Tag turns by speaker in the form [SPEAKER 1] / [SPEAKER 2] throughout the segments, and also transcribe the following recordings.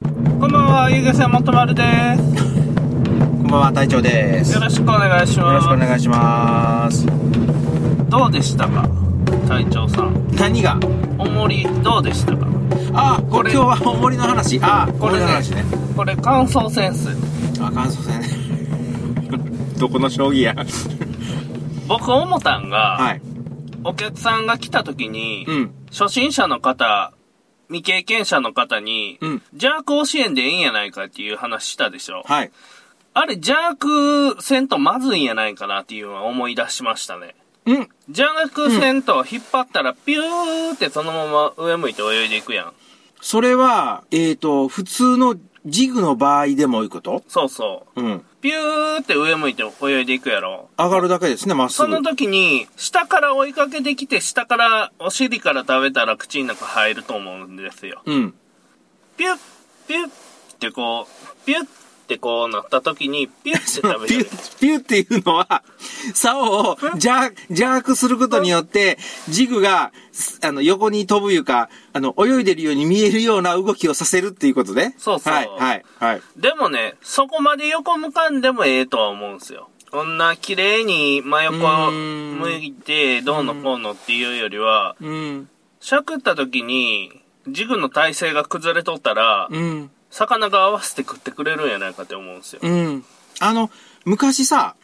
[SPEAKER 1] は、ゆげせもとまるで。
[SPEAKER 2] こんばんは、隊長ですす。
[SPEAKER 1] よ
[SPEAKER 2] よ
[SPEAKER 1] ろしくお願いしま
[SPEAKER 2] ろし
[SPEAKER 1] す。
[SPEAKER 2] くお願いします。
[SPEAKER 1] どうでしたか隊長さん。
[SPEAKER 2] 何が
[SPEAKER 1] おもり、どうでしたか
[SPEAKER 2] あ、
[SPEAKER 1] こ
[SPEAKER 2] これ
[SPEAKER 1] れ
[SPEAKER 2] 今日はおもりの話。あ、これの話ね。
[SPEAKER 1] これ、感想センス。
[SPEAKER 2] あ、感想戦ね。 どこの将棋や。
[SPEAKER 1] 僕、思たんが、
[SPEAKER 2] はい。
[SPEAKER 1] お客さんが来た時に、
[SPEAKER 2] うん。
[SPEAKER 1] 初心者の方、未経験者の方に、
[SPEAKER 2] うん
[SPEAKER 1] ジャーク教えんでええんやないかっていう話したでしょ。
[SPEAKER 2] はい。
[SPEAKER 1] あれ、ジャークせんとまずいんやないかなっていうのは思い出しましたね。
[SPEAKER 2] うん。
[SPEAKER 1] ジャークせんと引っ張ったら、ピューってそのまま上向いて泳いでいくやん。
[SPEAKER 2] それは、えっ、ー、と、普通のジグの場合でもいうこと
[SPEAKER 1] そうそう。
[SPEAKER 2] うん。
[SPEAKER 1] ピューって上向いて泳いでいくやろ。
[SPEAKER 2] 上がるだけですね、まっす
[SPEAKER 1] そ
[SPEAKER 2] ぐ
[SPEAKER 1] の。時に、下から追いかけてきて、下から、お尻から食べたら口の中入ると思うんですよ。
[SPEAKER 2] うん。
[SPEAKER 1] ピュッ、ピュッってこう、ピュッってこうなった時に、ピュッって 食
[SPEAKER 2] ピュ
[SPEAKER 1] べる。
[SPEAKER 2] ッ、ピュッっていうのは、竿をジャジャークすることによって、ジグが、すあの、横に飛ぶいうか、あの、泳いでるように見えるような動きをさせるっていうことね。
[SPEAKER 1] そうそう
[SPEAKER 2] はい、はい、はい。
[SPEAKER 1] でもね、そこまで横向かんでもええとは思うんですよ。こんな綺麗に真
[SPEAKER 2] う
[SPEAKER 1] 横
[SPEAKER 2] ーん
[SPEAKER 1] 向いて、どうのこうのっていうよりは、
[SPEAKER 2] うん、
[SPEAKER 1] しゃくった時に、ジグの体勢が崩れとったら、
[SPEAKER 2] うん、
[SPEAKER 1] 魚が合わせて食ってくれるんやないかって思うんですよ。
[SPEAKER 2] うん。あの、昔さ、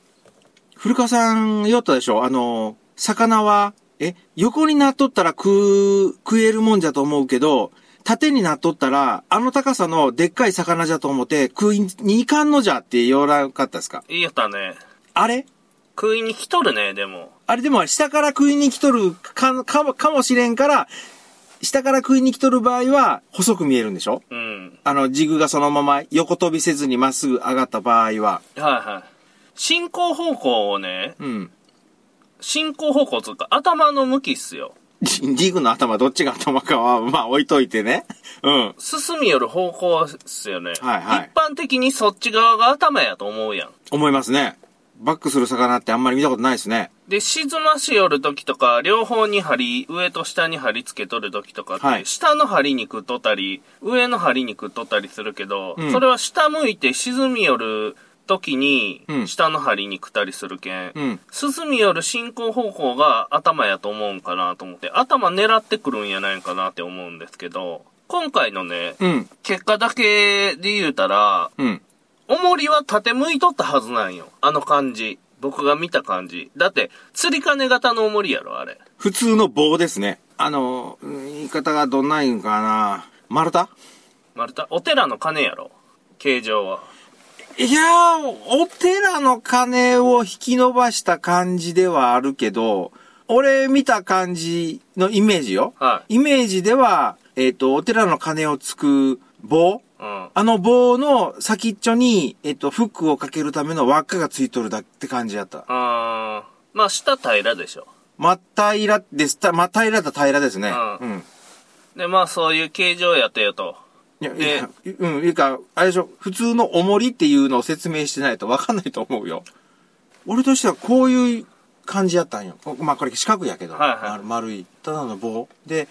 [SPEAKER 2] 古川さん言おったでしょあの、魚は、え、横になっとったら食う、食えるもんじゃと思うけど、縦になっとったら、あの高さのでっかい魚じゃと思って、食いに行かんのじゃって言わなかったですか
[SPEAKER 1] いいやったね。
[SPEAKER 2] あれ
[SPEAKER 1] 食いに来とるね、でも。
[SPEAKER 2] あれでも下から食いに来とるか、かも、かもしれんから、下から食いに来とる場合は、細く見えるんでしょ
[SPEAKER 1] うん。
[SPEAKER 2] あの、ジグがそのまま横飛びせずにまっすぐ上がった場
[SPEAKER 1] は
[SPEAKER 2] 合は。
[SPEAKER 1] いはい。進行方向をね、
[SPEAKER 2] うん。
[SPEAKER 1] 進行方向つうか、頭の向きっすよ。
[SPEAKER 2] ジジグの頭、どっちが頭かは、 まあ置いといてね。うん。
[SPEAKER 1] 進み寄る方向っすよね。
[SPEAKER 2] はいはい
[SPEAKER 1] 一般的にそっち側が頭やと思うやん。
[SPEAKER 2] 思いますね。バックする魚ってあんまり見たことないですね。
[SPEAKER 1] で、沈まし寄るときとか、両方に針、上と下に針付けとるときとかって、
[SPEAKER 2] はい
[SPEAKER 1] 下の針に食っとったり、上の針に食っとったりするけど、
[SPEAKER 2] うん
[SPEAKER 1] それは下向いて沈み寄るときに
[SPEAKER 2] う、ん
[SPEAKER 1] 下の針に食ったりするけん、
[SPEAKER 2] うん。
[SPEAKER 1] 進み寄る進行方向が頭やと思うんかなと思って、頭狙ってくるんやないかなって思うんですけど、今回のね、
[SPEAKER 2] うん。
[SPEAKER 1] 結果だけで言うたら、
[SPEAKER 2] うん。
[SPEAKER 1] 重りは縦向いとったはずなんよ。あの感じ。僕が見た感じ。だって、釣り鐘型の重りやろ、あれ。
[SPEAKER 2] 普通の棒ですね。あの、うん言い方がどんなんかな。丸太
[SPEAKER 1] 丸太、お寺の鐘やろ。形状は。
[SPEAKER 2] いやー、お寺の鐘を引き伸ばした感じではあるけど、俺見た感じのイメージよ。
[SPEAKER 1] は
[SPEAKER 2] イメージでは、えっ、と、お寺の鐘をつく棒
[SPEAKER 1] うん。
[SPEAKER 2] あの棒の先っちょに、えっ、と、フックをかけるための輪っかがついとるだって感じやった。
[SPEAKER 1] あーまあ、下平らでしょ。
[SPEAKER 2] まったいらです。た、まったいらだ平らですね。
[SPEAKER 1] う
[SPEAKER 2] うんん。
[SPEAKER 1] で、まあ、そういう形状やったよと。
[SPEAKER 2] いや、い
[SPEAKER 1] で
[SPEAKER 2] や、うん、いうか、あれでしょ、普通の重りっていうのを説明してないと分かんないと思うよ。俺としてはこういう感じやったんよ。こまあこれ四角やけど、
[SPEAKER 1] はいはい
[SPEAKER 2] 丸丸い、ただの棒。で、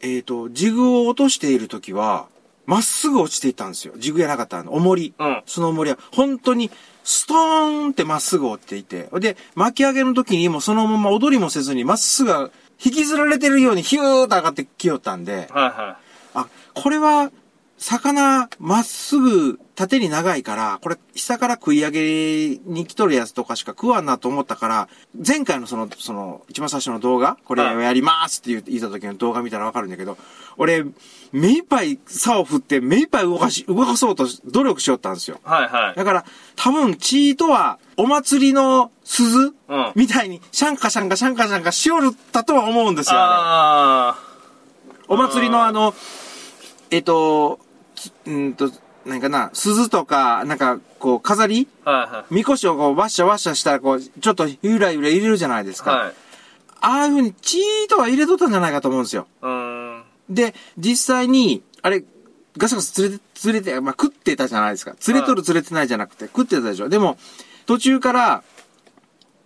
[SPEAKER 2] えっ、と、ジグを落としている時は、まっすぐ落ちていったんですよ。ジグやなかったあの、重り。
[SPEAKER 1] うん
[SPEAKER 2] その重りは、本当に、ストーンってまっすぐ落ちていて。で、巻き上げの時にもうそのまま踊りもせずに、まっすぐ引きずられてるようにヒューッと上がってきよったんで、
[SPEAKER 1] はいは
[SPEAKER 2] あ、これは、魚、まっすぐ、縦に長いから、これ、下から食い上げに来とるやつとかしか食わんなと思ったから、前回のその、その、一番最初の動画、これ
[SPEAKER 1] はい
[SPEAKER 2] をやりますって言う言った時の動画見たらわかるんだけど、俺、目いっぱい竿を振って、目いっぱい動かし、動かそうとし努力しよったんですよ。
[SPEAKER 1] い。はいはい。
[SPEAKER 2] だから、多分、チートは、お祭りの鈴、
[SPEAKER 1] うん
[SPEAKER 2] みたいに、シャンカシャンカシャンカシャンカしおるったとは思うんですよ、あれ。
[SPEAKER 1] あ
[SPEAKER 2] お祭りのあの、えっと、つうんと、なんかな、鈴とか、なんか、こう、飾り
[SPEAKER 1] あ、はいは
[SPEAKER 2] みこしをこう、ワッシャワッシャしたら、こう、ちょっとゆらゆら入れるじゃないです
[SPEAKER 1] い。
[SPEAKER 2] か。
[SPEAKER 1] はい。
[SPEAKER 2] ああいうふうに、チーとは入れとったんじゃないかと思うんですよ。
[SPEAKER 1] うーん。
[SPEAKER 2] で、実際に、あれ、ガサガサ釣れて、釣れて、まあ、食ってたじゃないですか。釣れとる釣れてないじゃなくて、食ってたでしょ。でも、途中から、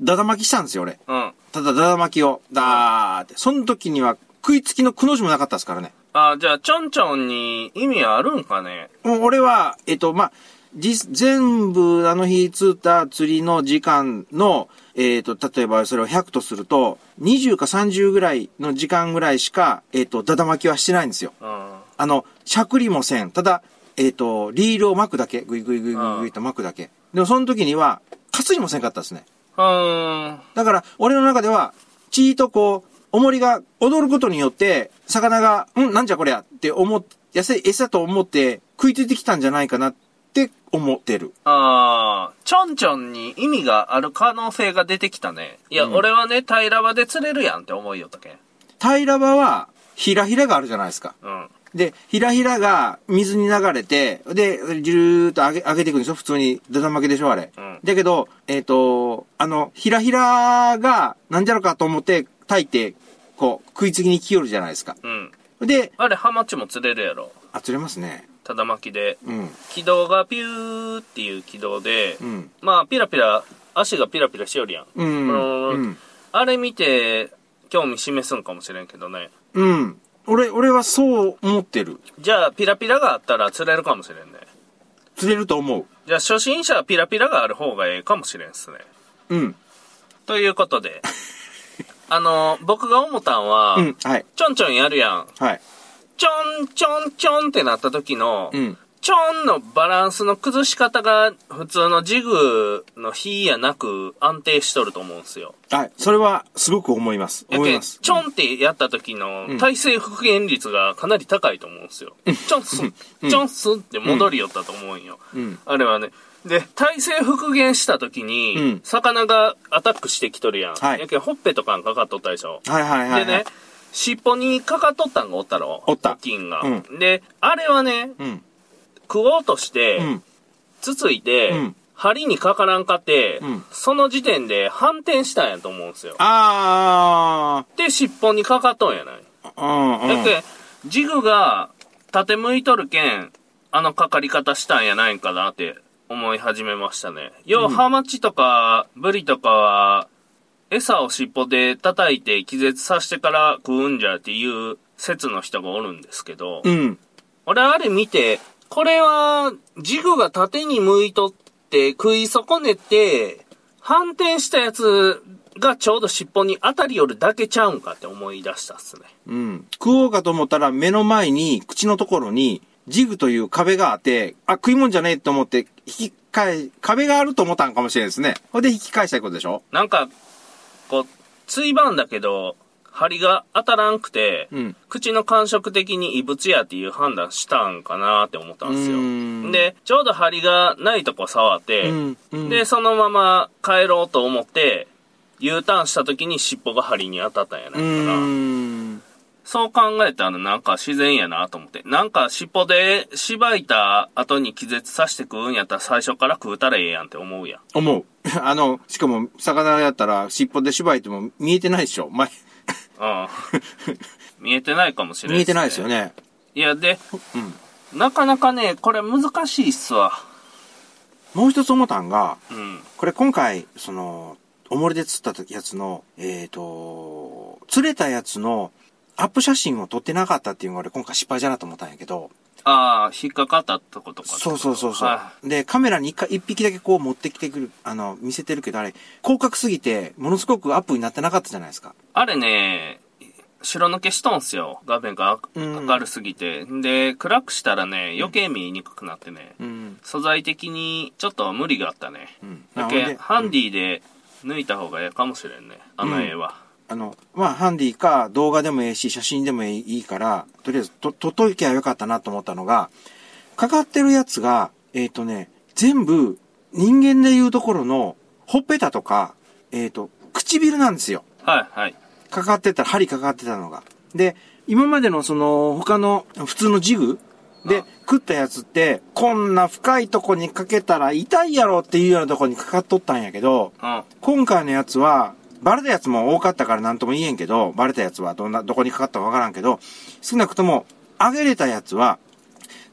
[SPEAKER 2] だだ巻きしたんですよ、俺。
[SPEAKER 1] うん。
[SPEAKER 2] ただ、だだ巻きを、だーって。その時には、食いつきのくの字もなかったですからね。
[SPEAKER 1] ああじゃあ、ちょんちょんに意味あるんかね
[SPEAKER 2] もう俺は、えっと、まあ、実、全部あの日釣った釣りの時間の、えっと、例えばそれを100とすると、20か30ぐらいの時間ぐらいしか、えっと、だだ巻きはしてないんですよ。
[SPEAKER 1] うん。
[SPEAKER 2] あの、しゃくりもせん。ただ、えっと、リールを巻くだけ。ぐいぐいぐいぐいぐいと巻くだけ。でもその時には、かすりもせんかったですね。
[SPEAKER 1] うーん。
[SPEAKER 2] だから、俺の中では、ちーとこう、重りが踊ることによって、魚が、んなんじゃこりゃって思っ、餌、餌と思って食いついてきたんじゃないかなって思ってる。
[SPEAKER 1] ああ、ちょんちょんに意味がある可能性が出てきたね。いや、
[SPEAKER 2] うん
[SPEAKER 1] 俺はね、平場で釣れるやんって思いよったけん。
[SPEAKER 2] 平場は、ひらひらがあるじゃないですか。
[SPEAKER 1] うん。
[SPEAKER 2] で、ひらひらが水に流れて、で、じゅーっと上げ、上げていくんでしょ普通に、だだ負けでしょあれ。
[SPEAKER 1] うん
[SPEAKER 2] だけど、えっ、と、あの、ひらひらが、なんじゃろかと思って、炊いて、こう、食いつきに来よるじゃないですか。
[SPEAKER 1] うん。
[SPEAKER 2] で、
[SPEAKER 1] あれ、ハマチも釣れるやろ。
[SPEAKER 2] あ、釣れますね。
[SPEAKER 1] ただ巻きで。
[SPEAKER 2] うん。
[SPEAKER 1] 軌道がピューっていう軌道で、
[SPEAKER 2] うん。
[SPEAKER 1] まあ、ピラピラ、足がピラピラしよるやん。
[SPEAKER 2] うん。
[SPEAKER 1] この
[SPEAKER 2] うん。
[SPEAKER 1] あれ見て、興味示すんかもしれんけどね。
[SPEAKER 2] うん。俺、俺はそう思ってる。
[SPEAKER 1] じゃあ、ピラピラがあったら釣れるかもしれんね。
[SPEAKER 2] 釣れると思う。
[SPEAKER 1] じゃあ、初心者はピラピラがある方がええかもしれんっすね。
[SPEAKER 2] うん。
[SPEAKER 1] ということ で、あの、僕が思ったんは、
[SPEAKER 2] うん。はい。
[SPEAKER 1] ちょんちょんやるやん。
[SPEAKER 2] はい。
[SPEAKER 1] ちょんちょんちょんってなった時の、
[SPEAKER 2] うん。
[SPEAKER 1] ちょんのバランスの崩し方が普通のジグの比やなく安定しとると思うんすよ。
[SPEAKER 2] はい。それは、すごく思います。
[SPEAKER 1] や
[SPEAKER 2] 思い
[SPEAKER 1] けん、
[SPEAKER 2] ます。
[SPEAKER 1] ちょんってやった時の体勢復元率がかなり高いと思うんすよ。ちょんすん、ちょんすんって戻りよったと思うんよ。
[SPEAKER 2] うん。
[SPEAKER 1] あれはね。で、体勢復元した時に、
[SPEAKER 2] うん
[SPEAKER 1] 魚がアタックしてきとるやん。
[SPEAKER 2] はい
[SPEAKER 1] やけん、ほっぺとかにかかっとったでしょ。
[SPEAKER 2] はいはいはい、はい。
[SPEAKER 1] でね、尻尾にかかっとったんがおったろ。
[SPEAKER 2] おった
[SPEAKER 1] 金が、
[SPEAKER 2] う
[SPEAKER 1] で、あれはね、
[SPEAKER 2] うん。
[SPEAKER 1] 食おうとして、
[SPEAKER 2] うん。
[SPEAKER 1] つついて、
[SPEAKER 2] うん
[SPEAKER 1] 針にかからんかって、
[SPEAKER 2] うん
[SPEAKER 1] その時点で反転したんやと思うんですよ。
[SPEAKER 2] あ
[SPEAKER 1] で、尻尾にかかっとんやない。
[SPEAKER 2] ー、うん、うん。
[SPEAKER 1] だって、ジグが縦向いとるけん、あのかかり方したんやないんかなって思い始めましたね。要は、ハマチとか、ブリとかは、餌を尻尾で叩いて気絶させてから食うんじゃっていう説の人がおるんですけど、
[SPEAKER 2] うん。
[SPEAKER 1] 俺あれ見て、これは、ジグが縦に向いとって食い損ねて、反転したやつがちょうど尻尾に当たりよるだけちゃうんかって思い出したっすね。
[SPEAKER 2] うん。食おうかと思ったら目の前に、口のところに、ジグという壁があって、あ、食い物じゃねえと思って、引き返え、壁があると思ったんかもしれないですね。ほんで引き返したいことでしょ
[SPEAKER 1] なんか、こう、ついばんだけど、針が当たらんくて、
[SPEAKER 2] うん。
[SPEAKER 1] 口の感触的に異物やっていう判断したんかなって思ったんです
[SPEAKER 2] うー
[SPEAKER 1] よ。
[SPEAKER 2] ん
[SPEAKER 1] で、ちょうど針がないとこ触って、
[SPEAKER 2] うん。うん、
[SPEAKER 1] で、そのまま帰ろうと思って、U ターンした時に尻尾が針に当たったんやな
[SPEAKER 2] う
[SPEAKER 1] いかな。
[SPEAKER 2] ーん。
[SPEAKER 1] そう考えたらなんか自然やなと思って。なんか尻尾で縛いた後に気絶させて食うんやったら最初から食うたらええやんって思うやん。
[SPEAKER 2] 思う。 あの、しかも、魚やったら、尻尾で縛いても見えてないでしょ前、
[SPEAKER 1] うん。見 えてないかもしれない、
[SPEAKER 2] 見えてないですよ。ね。
[SPEAKER 1] いや、で、
[SPEAKER 2] うん。
[SPEAKER 1] なかなかね、これ難しいっすわ。
[SPEAKER 2] もう一つ思ったんが、
[SPEAKER 1] うん。
[SPEAKER 2] これ今回、その、重りで釣ったやつの、えっ、と、釣れたやつのアップ写真を撮ってなかったっていうのが俺今回失敗じゃなと思ったんやけど、
[SPEAKER 1] ああ、引っかかったってことか。
[SPEAKER 2] そうそうそうそう
[SPEAKER 1] は。
[SPEAKER 2] で、カメラに一回一匹だけこう持ってきてくる、あの、見せてるけど、あれ、広角すぎて、ものすごくアップになってなかったじゃないですか。
[SPEAKER 1] あれね、白抜けしとんすよ。画面が明
[SPEAKER 2] うん
[SPEAKER 1] 明るすぎて。で、暗くしたらね、余計見えにくくなってね。
[SPEAKER 2] うん。
[SPEAKER 1] 素材的にちょっと無理があったね。
[SPEAKER 2] うん。
[SPEAKER 1] だ
[SPEAKER 2] あほん
[SPEAKER 1] け
[SPEAKER 2] で
[SPEAKER 1] ハンディで抜いた方がええかもしれんね。あの絵は。
[SPEAKER 2] あの、まあ、ハンディか動画でもええし、写真でもいいから、とりあえず、と、撮っといきゃよかったなと思ったのが、かかってるやつが、えっ、とね、全部、人間でいうところの、ほっぺたとか、えっ、と、唇なんですよ。
[SPEAKER 1] はいはい。
[SPEAKER 2] かかってた、針かかってたのが。で、今までのその、他の、普通のジグ
[SPEAKER 1] あ
[SPEAKER 2] で、食ったやつって、こんな深いとこにかけたら痛いやろっていうようなとこにかかっとったんやけど、
[SPEAKER 1] うん。
[SPEAKER 2] 今回のやつは、バレたやつも多かったから何とも言えんけど、バレたやつはどんな、どこにかかったかわからんけど、少なくとも、上げれたやつは、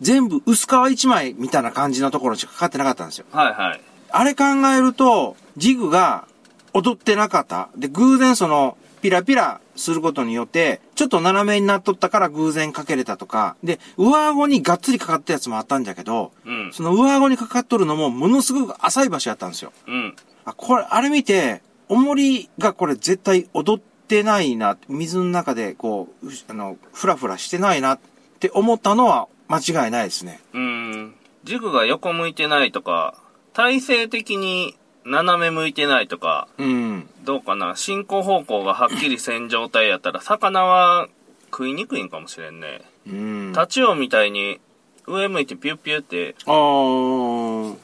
[SPEAKER 2] 全部薄皮一枚みたいな感じのところにしかかかってなかったんですよ。
[SPEAKER 1] はいはい。
[SPEAKER 2] あれ考えると、ジグが踊ってなかった。で、偶然その、ピラピラすることによって、ちょっと斜めになっとったから偶然かけれたとか、で、上顎にがっつりかかったやつもあったんじゃけど、
[SPEAKER 1] うん。
[SPEAKER 2] その上顎にかかっとるのもものすごく浅い場所やったんですよ。
[SPEAKER 1] うん。
[SPEAKER 2] あ、これ、あれ見て、重りがこれ絶対踊ってないな、水の中でこう、うあの、ふらふらしてないなって思ったのは間違いないですね。
[SPEAKER 1] うん。ジグが横向いてないとか、体勢的に斜め向いてないとか、
[SPEAKER 2] うん。
[SPEAKER 1] どうかな進行方向がはっきりせん状態やったら、魚は食いにくいんかもしれんね。
[SPEAKER 2] うん。
[SPEAKER 1] タチウオみたいに上向いてピュッピュって
[SPEAKER 2] あー。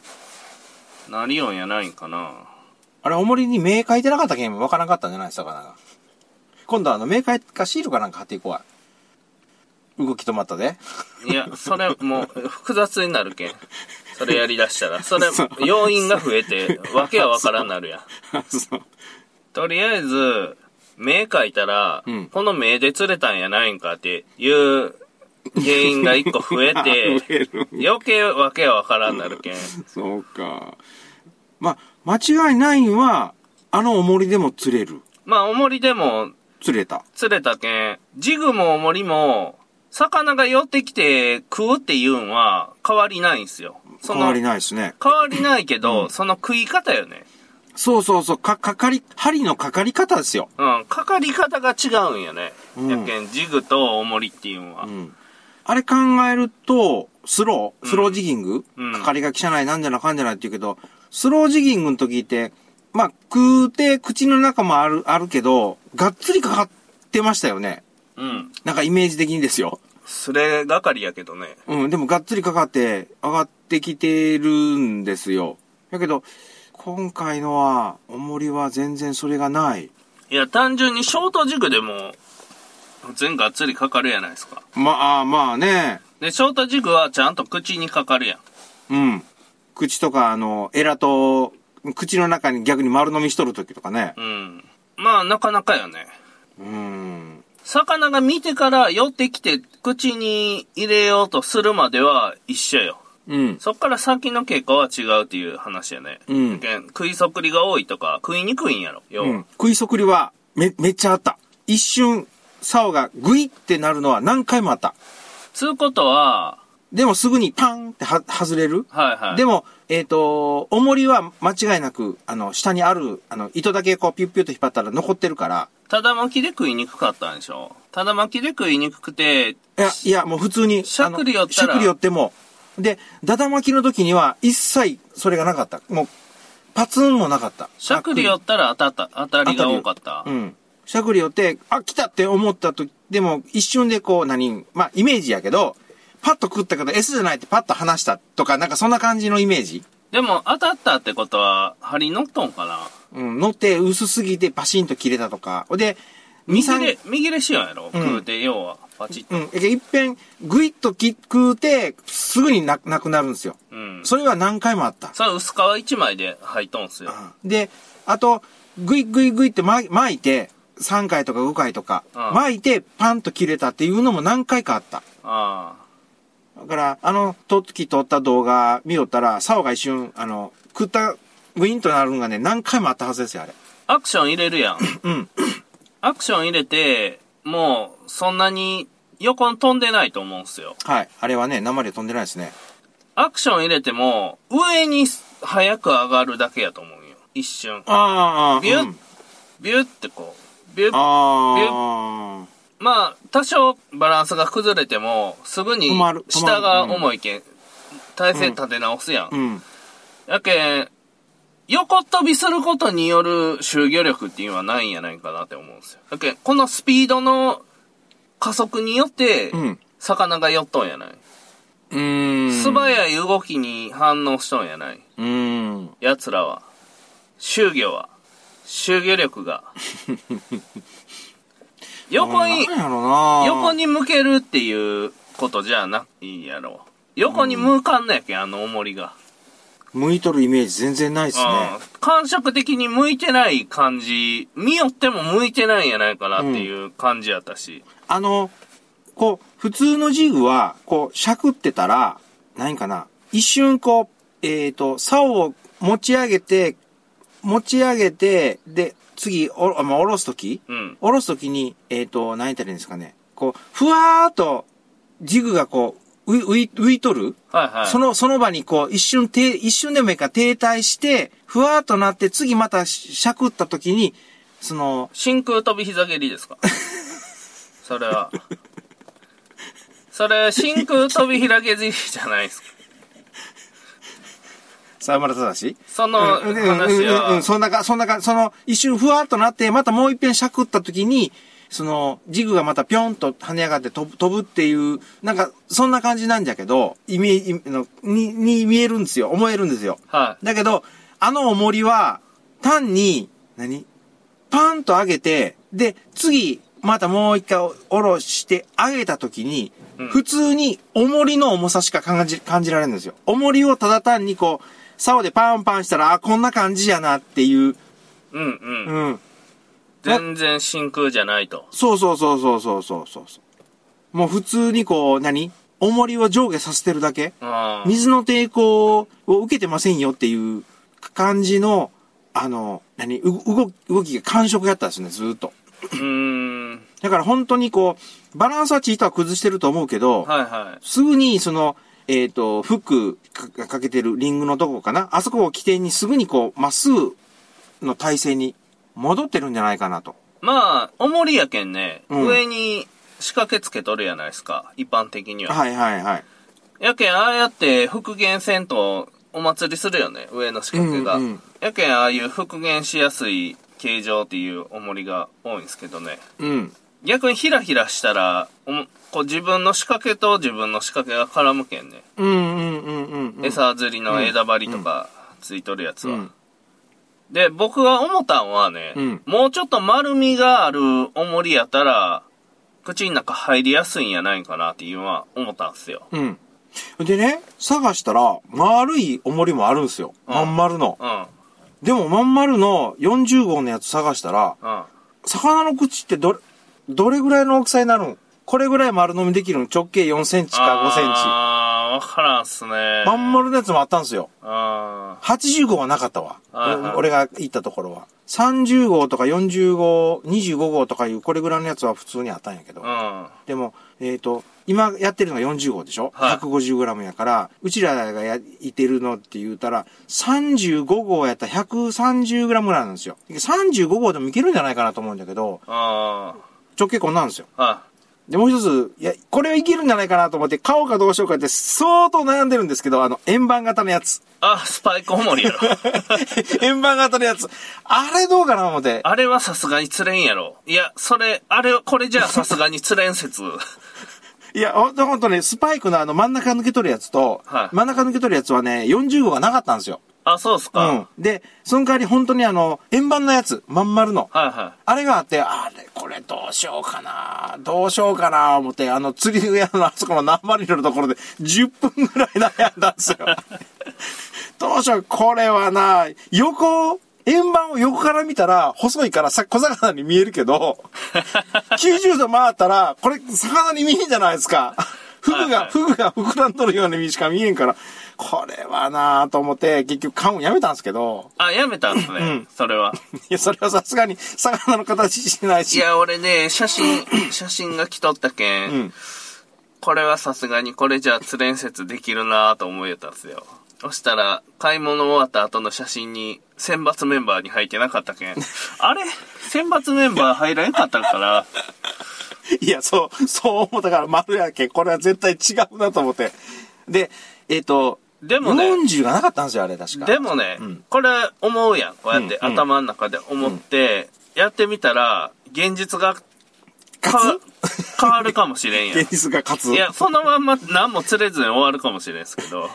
[SPEAKER 1] なりようんやないんかな
[SPEAKER 2] あれ、重りに目書いてなかったゲームわからんかったんじゃないですか、魚が。今度はあの、目書いかシールかなんか貼っていこうわ。動き止まった で。
[SPEAKER 1] いや、それもう複雑になるけん。それやりだしたら。それ、要因が増えて、わけはわからんなるやん。
[SPEAKER 2] そう。
[SPEAKER 1] とりあえず、目描いたら、
[SPEAKER 2] うん
[SPEAKER 1] この目で釣れたんやないんかっていう原因が一個増 えて、余計わけわからんなるけん。
[SPEAKER 2] そうか。まあ、間違いないんは、あの重りでも釣れる。
[SPEAKER 1] まあ、重りでも
[SPEAKER 2] 釣れた。
[SPEAKER 1] 釣れたけん、ジグも重りも、魚が寄ってきて食うっていうんは変わりないんすよ。そ
[SPEAKER 2] 変
[SPEAKER 1] の
[SPEAKER 2] わりないですね。
[SPEAKER 1] 変わりないけど、その食い方よね。
[SPEAKER 2] そうそうそう、か、かかり、針のかかり方ですよ。
[SPEAKER 1] うん、かかり方が違うんよね。
[SPEAKER 2] うん
[SPEAKER 1] やけん、ジグと重りっていうんは。
[SPEAKER 2] うん。あれ考えると、スロー、スロージギング、
[SPEAKER 1] うん
[SPEAKER 2] かかりが汚いなんじゃなかんじゃないって言うけど、スロージギングの時って、まあ、食うて、口の中もある、あるけど、がっつりかかってましたよね。
[SPEAKER 1] うん。
[SPEAKER 2] なんかイメージ的にですよ。
[SPEAKER 1] それがかりやけどね。
[SPEAKER 2] うん、でもがっつりかかって上がってきてるんですよ。だけど、今回のは、重りは全然それがない。
[SPEAKER 1] いや、単純にショート軸でも、全がっつりかかるやないですか。
[SPEAKER 2] まあ、まあね。
[SPEAKER 1] で、ショート軸はちゃんと口にかかるやん。
[SPEAKER 2] うん。口とか、あの、エラと、口の中に逆に丸飲みしとる時とかね。
[SPEAKER 1] うん。まあ、なかなかよね。
[SPEAKER 2] うん。
[SPEAKER 1] 魚が見てから寄ってきて、口に入れようとするまでは一緒よ。
[SPEAKER 2] うん。
[SPEAKER 1] そっから先の結果は違うっていう話やね。
[SPEAKER 2] うん
[SPEAKER 1] け食いそくりが多いとか、食いにくいんやろ。よう
[SPEAKER 2] うん。食いそくりは、め、めっちゃあった。一瞬、竿がグイってなるのは何回もあった。
[SPEAKER 1] つうことは、
[SPEAKER 2] でもすぐにパンっては、外れる。
[SPEAKER 1] はいはい。
[SPEAKER 2] でも、えっ、と、重りは間違いなく、あの、下にある、あの、糸だけこう、ピュッピュッと引っ張ったら残ってるから、
[SPEAKER 1] ただ巻きで食いにくかったんでしょただ巻きで食いにくくて、
[SPEAKER 2] いや、いや、もう普通に。
[SPEAKER 1] しゃくり寄ったら
[SPEAKER 2] あのしゃくり寄っても。で、だだ巻きの時には一切それがなかった。もう、パツンもなかった。
[SPEAKER 1] しゃくり寄ったら当たった、当たりが多かった。
[SPEAKER 2] うん。しゃくり寄って、あ、来たって思った時、でも一瞬でこう、何、まあ、イメージやけど、パッと食ったけど S じゃないってパッと離したとか、なんかそんな感じのイメージ。
[SPEAKER 1] でも当たったってことは、針乗っとんかな
[SPEAKER 2] うん。乗って薄すぎてパシンと切れたとか。で、二
[SPEAKER 1] 右
[SPEAKER 2] 三
[SPEAKER 1] で、右でしようやろ、
[SPEAKER 2] うん
[SPEAKER 1] 食うて、要は、パチッと。
[SPEAKER 2] うん。いっぺん、ぐいっとき食うて、すぐにななくなるんですよ。
[SPEAKER 1] うん。
[SPEAKER 2] それは何回もあった。
[SPEAKER 1] それ薄皮一枚で入っとんすよ。
[SPEAKER 2] で、あと、ぐいぐいぐいって巻い巻いて、3回とか5回とか、
[SPEAKER 1] うん
[SPEAKER 2] 巻いてパンと切れたっていうのも何回かあった。
[SPEAKER 1] ああ。
[SPEAKER 2] だから、あの、時撮った動画見よったら、竿が一瞬、あの、食った、グインとなるのがね、何回もあったはずですよ、あれ。
[SPEAKER 1] アクション入れるやん。
[SPEAKER 2] うん。
[SPEAKER 1] アクション入れて、もう、そんなに横に飛んでないと思うんすよ。
[SPEAKER 2] はい。あれはね、生で飛んでないですね。
[SPEAKER 1] アクション入れても、上に早く上がるだけやと思うんよ。一瞬。
[SPEAKER 2] ああ、
[SPEAKER 1] ビュッ
[SPEAKER 2] うん
[SPEAKER 1] ビュってこう。ビュッ。
[SPEAKER 2] ああ。
[SPEAKER 1] まあ、多少バランスが崩れても、すぐに
[SPEAKER 2] 止まる止まる
[SPEAKER 1] 下が重いけん、体勢立て直すやん。
[SPEAKER 2] うん。
[SPEAKER 1] やけん、横飛びすることによる集魚力っていうのはないんやないかなって思うんですよ。やけん、このスピードの加速によって
[SPEAKER 2] うん、
[SPEAKER 1] 魚が寄っとんやない。
[SPEAKER 2] うーん。
[SPEAKER 1] 素早い動きに反応しとんやない。
[SPEAKER 2] うん。
[SPEAKER 1] 奴らは、集魚は、集魚力 が。横に
[SPEAKER 2] なん、やろな
[SPEAKER 1] 横。に向けるっていうことじゃないんやろ。横に向かんなやけん、あの重りが。
[SPEAKER 2] 向いとるイメージ全然ないですね。
[SPEAKER 1] うん感触的に向いてない感じ、見よっても向いてないんやないかなっていう感じやったし。
[SPEAKER 2] あの、こう、普通のジグは、こう、しゃくってたら、何かな、一瞬こう、えっ、と、竿を持ち上げて、持ち上げて、で、次、お、あまあ、下ろすとき
[SPEAKER 1] うん。
[SPEAKER 2] 下ろすときに、えっ、と、何言ったらいいんですかね。こう、ふわーっと、ジグがこう、浮い、浮い浮いとる、
[SPEAKER 1] はいはい。
[SPEAKER 2] その、その場にこう、一瞬停、一瞬でもいいから停滞して、ふわーっとなって、次またししゃくったときに、その、
[SPEAKER 1] 真空飛び膝蹴りですか それは。それ、真空飛び開け尻じゃないですか。
[SPEAKER 2] 沢村正
[SPEAKER 1] その話
[SPEAKER 2] うんうんうんうんうん、
[SPEAKER 1] は、
[SPEAKER 2] そんなか、そんなか、その、一瞬ふわっとなって、またもう一遍しゃくった時に、その、ジグがまたぴょんと跳ね上がって飛ぶ飛ぶっていう、なんか、そんな感じなんじゃけど、イメージ、イの、に、に見えるんですよ。思えるんですよ。
[SPEAKER 1] はい。
[SPEAKER 2] だけど、あの重りは、単に、何パンと上げて、で、次、またもう一回下ろして上げた時に、
[SPEAKER 1] うん
[SPEAKER 2] 普通に重りの重さしか感じ、感じられるんですよ。重りをただ単にこう、竿でパンパンしたら、あ、こんな感じやなっていう、
[SPEAKER 1] うんうん。
[SPEAKER 2] うん。
[SPEAKER 1] 全然真空じゃないと。
[SPEAKER 2] そうそうそうそうそうそうそう。もう普通にこう、何重りを上下させてるだけ
[SPEAKER 1] あー
[SPEAKER 2] 水の抵抗を受けてませんよっていう感じの、あの、何、う動き、動きが感触やったんですね、ずーっと。
[SPEAKER 1] うーん。
[SPEAKER 2] だから本当にこう、バランスはチートは崩してると思うけど、
[SPEAKER 1] はいはい。
[SPEAKER 2] すぐにその、えっ、と、フックかかけてるリングのとこかな、あそこを起点にすぐにこう、まっすぐの体勢に戻ってるんじゃないかなと。
[SPEAKER 1] まあ、重りやけんね、
[SPEAKER 2] うん
[SPEAKER 1] 上に仕掛けつけとるやないですか。一般的には。
[SPEAKER 2] はいはいはい。
[SPEAKER 1] やけん、ああやって復元せんとお祭りするよね、上の仕掛けが。
[SPEAKER 2] うんうん
[SPEAKER 1] やけん、ああいう復元しやすい形状っていう重りが多いんですけどね。
[SPEAKER 2] うん。
[SPEAKER 1] 逆にヒラヒラしたら、おもこう自分の仕掛けと自分の仕掛けが絡むけんね。
[SPEAKER 2] うんうんうんうん、うん。
[SPEAKER 1] 餌釣りの枝張りとかついとるやつは。
[SPEAKER 2] うん
[SPEAKER 1] で、僕が思ったんはね、
[SPEAKER 2] うん
[SPEAKER 1] もうちょっと丸みがある重りやったら、口の中入りやすいんやないかなっていうのは思ったんすよ。
[SPEAKER 2] うん。でね、探したら、丸い重りもあるんですよ。
[SPEAKER 1] うん
[SPEAKER 2] まん丸の。
[SPEAKER 1] うん、うん。
[SPEAKER 2] でもまん丸の40号のやつ探したら、魚の口ってどれ、どれぐらいの大きさになるんこれぐらい丸飲みできるん直径4センチか5センチ。
[SPEAKER 1] あー、わからんっすね。
[SPEAKER 2] まん丸のやつもあったんですよ。
[SPEAKER 1] あ
[SPEAKER 2] 80号はなかったわ。
[SPEAKER 1] はいはい
[SPEAKER 2] お俺が行ったところは。30号とか40号、25号とかいうこれぐらいのやつは普通にあったんやけど。
[SPEAKER 1] ー。うん。
[SPEAKER 2] でも、えっ、と、今やってるのが40号でしょ、
[SPEAKER 1] はい
[SPEAKER 2] ?150g やから、うちらがやいてるのって言うたら、35号やったら 130g ぐらいなんですよ。35号でもいけるんじゃないかなと思うんだけど、
[SPEAKER 1] あ
[SPEAKER 2] 直径こんなんですよ。
[SPEAKER 1] ー。は
[SPEAKER 2] で、もう一つ、いや、これはいけるんじゃないかなと思って、買おうかどうしようかって相当悩んでるんですけど、あの、円盤型の やつ。
[SPEAKER 1] い。あ、スパイク重りやろ。
[SPEAKER 2] 円盤型のやつ。あれどうかな思って。
[SPEAKER 1] あれはさすがに釣れんやろ。いや、それ、あれ、これじゃあさすがに釣れん説。
[SPEAKER 2] いや、ほんとほんとね、スパイクのあの真ん中抜け取るやつと、
[SPEAKER 1] はい
[SPEAKER 2] 真ん中抜け取るやつはね、40号がなかったんですよ。
[SPEAKER 1] あ、そうっすか。はい
[SPEAKER 2] うん。で、その代わり本当にあの、円盤のやつ、まん丸の。
[SPEAKER 1] は
[SPEAKER 2] あれがあって、あれ、これどうしようかなどうしようかな思って、あの、釣り屋のあそこの何割のところで10分ぐらい悩んだん ですよ。どうしよう、これはな横、円盤を横から見たら、細いからさ、小魚に見える けど、90度回ったら、これ、魚に見えんじゃないですか。フグ
[SPEAKER 1] はいは
[SPEAKER 2] が、
[SPEAKER 1] い
[SPEAKER 2] フグが膨らんとるようにしか見えんから、これはなぁと思って、結局買うんやめたんですけど、
[SPEAKER 1] い。あ、やめたんすね。それは。
[SPEAKER 2] いや、それはさすがに魚の形してない
[SPEAKER 1] い
[SPEAKER 2] し、
[SPEAKER 1] や、俺ね、写 真、写真が来とったけん、
[SPEAKER 2] うん
[SPEAKER 1] これはさすがにこれじゃあ釣れん説できるなぁと思えたんすよ。そしたら、買い物終わった後の写真に、選抜メンバーに入ってなかったけん。 あれ選抜メンバー入らんかったから、
[SPEAKER 2] いや、そう、そう思ったから、丸やけ、これは絶対違うなと思って。で、えっ、と、
[SPEAKER 1] でもね
[SPEAKER 2] 40がなかったんですよ、あれ、確 か。
[SPEAKER 1] でもね、
[SPEAKER 2] うん
[SPEAKER 1] これ思うやん。こうやって
[SPEAKER 2] うんうん
[SPEAKER 1] 頭の中で思って、やってみたら、現実が変わ
[SPEAKER 2] 勝
[SPEAKER 1] 変わるかもしれん やん。
[SPEAKER 2] つ
[SPEAKER 1] い
[SPEAKER 2] 現実が勝つ。
[SPEAKER 1] や、そのまんま何も釣れずに終わるかもしれんですけど、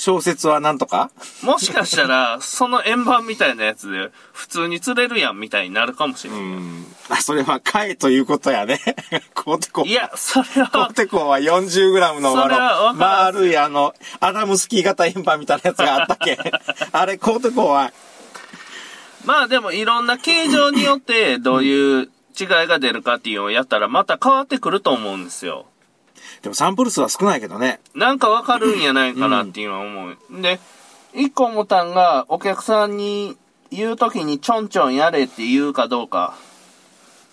[SPEAKER 2] 小説はなんとか
[SPEAKER 1] もしかしたら、その円盤みたいなやつで、普通に釣れるやんみたいになるかもしれん。
[SPEAKER 2] うん。あ、それは、かえということやね。こうてこう。
[SPEAKER 1] いや、それ
[SPEAKER 2] コ
[SPEAKER 1] は
[SPEAKER 2] ー、テコは 40g の
[SPEAKER 1] それは
[SPEAKER 2] あの
[SPEAKER 1] わからん
[SPEAKER 2] 丸いあの、アダムスキー型円盤みたいなやつがあっ たけん。あれ、コーテコは、
[SPEAKER 1] まあでもいろんな形状によって、どういう違いが出るかっていうのをやったら、また変わってくると思うんですよ。
[SPEAKER 2] でもサンプル数は少ないけどね。
[SPEAKER 1] なんかわかるんやないかなっていうのは思う。で、一個思ったんが、お客さんに言うときにちょんちょんやれって言うかどうか。